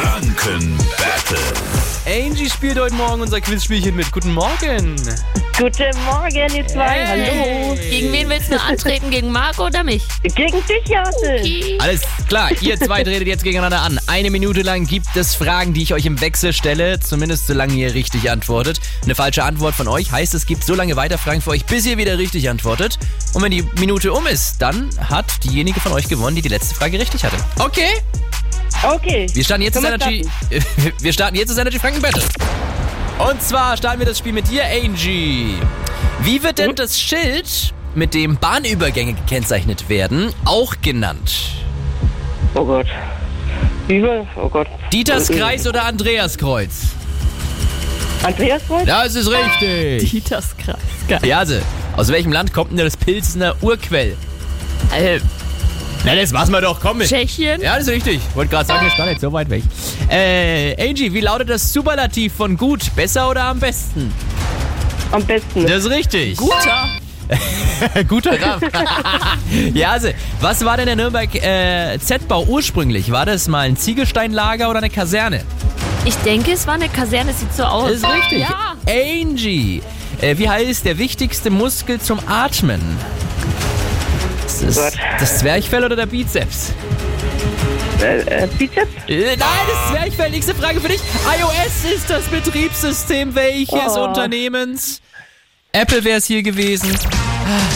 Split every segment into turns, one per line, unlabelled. Franken Battle.
Angie spielt heute Morgen unser Quizspielchen mit. Guten Morgen.
Guten Morgen, ihr zwei. Hallo.
Gegen wen willst du antreten? Gegen Marco oder mich?
Gegen dich, Janne.
Alles klar, ihr zwei tretet jetzt gegeneinander an. Eine Minute lang gibt es Fragen, die ich euch im Wechsel stelle, zumindest solange ihr richtig antwortet. Eine falsche Antwort von euch heißt, es gibt so lange weiter Fragen für euch, bis ihr wieder richtig antwortet. Und wenn die Minute um ist, dann hat diejenige von euch gewonnen, die die letzte Frage richtig hatte. Okay,
Okay.
wir starten jetzt ins
Können wir
Energy. Wir starten jetzt ins Energy Franken Battle. Und zwar starten wir das Spiel mit dir, Angie. Wie wird denn das Schild, mit dem Bahnübergänge gekennzeichnet werden, auch genannt?
Oh Gott. Wie wir? Oh Gott.
Dieters
Mhm.
Kreis oder Andreas Kreuz?
Andreas Wolf?
Das ist richtig.
Dieters Kreis. Geil.
Jase, aus welchem Land kommt denn das Pilsner Urquell? Äh, na, das war's mal doch, komm mit.
Tschechien?
Ja, das ist richtig. Wollte gerade sagen, das war nicht so weit weg. Äh, Angie, wie lautet das Superlativ von gut? Besser oder am besten?
Am besten.
Das ist richtig. Guter. Guter Rahmen. Jase, was war denn der Nürnberg äh, Z-Bau ursprünglich? War das mal ein Ziegelsteinlager oder eine Kaserne?
Ich denke, es war eine Kaserne, sieht so aus.
Das ist richtig.
Ja.
Angie. Äh, wie heißt der wichtigste Muskel zum Atmen? Das ist
Gott.
das Zwerchfell oder der Bizeps?
Äh, Bizeps?
Äh, nein, das Zwerchfell. Nächste Frage für dich. iOS ist das Betriebssystem welches
Oh.
Unternehmens? Apple wäre es hier gewesen.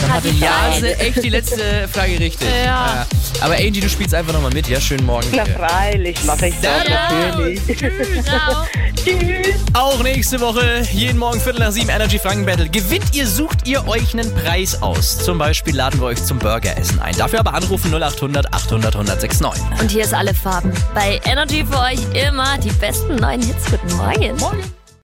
Dann hatte
die
Jase echt die letzte Frage richtig.
Ja.
Äh, Aber Angie, du spielst einfach nochmal mit. Ja, schönen Morgen.
Na
dir.
freilich, mache ich das
Ja.
natürlich.
Genau.
Tschüss.
Auch nächste Woche, jeden Morgen Viertel nach sieben, Energy Franken Battle. Gewinnt ihr, sucht ihr euch einen Preis aus. Zum Beispiel laden wir euch zum Burgeressen ein. Dafür aber anrufen 0800 800 1069.
Und hier ist alle Farben. Bei Energy für euch immer die besten neuen Hits. Guten Morgen. Morgen.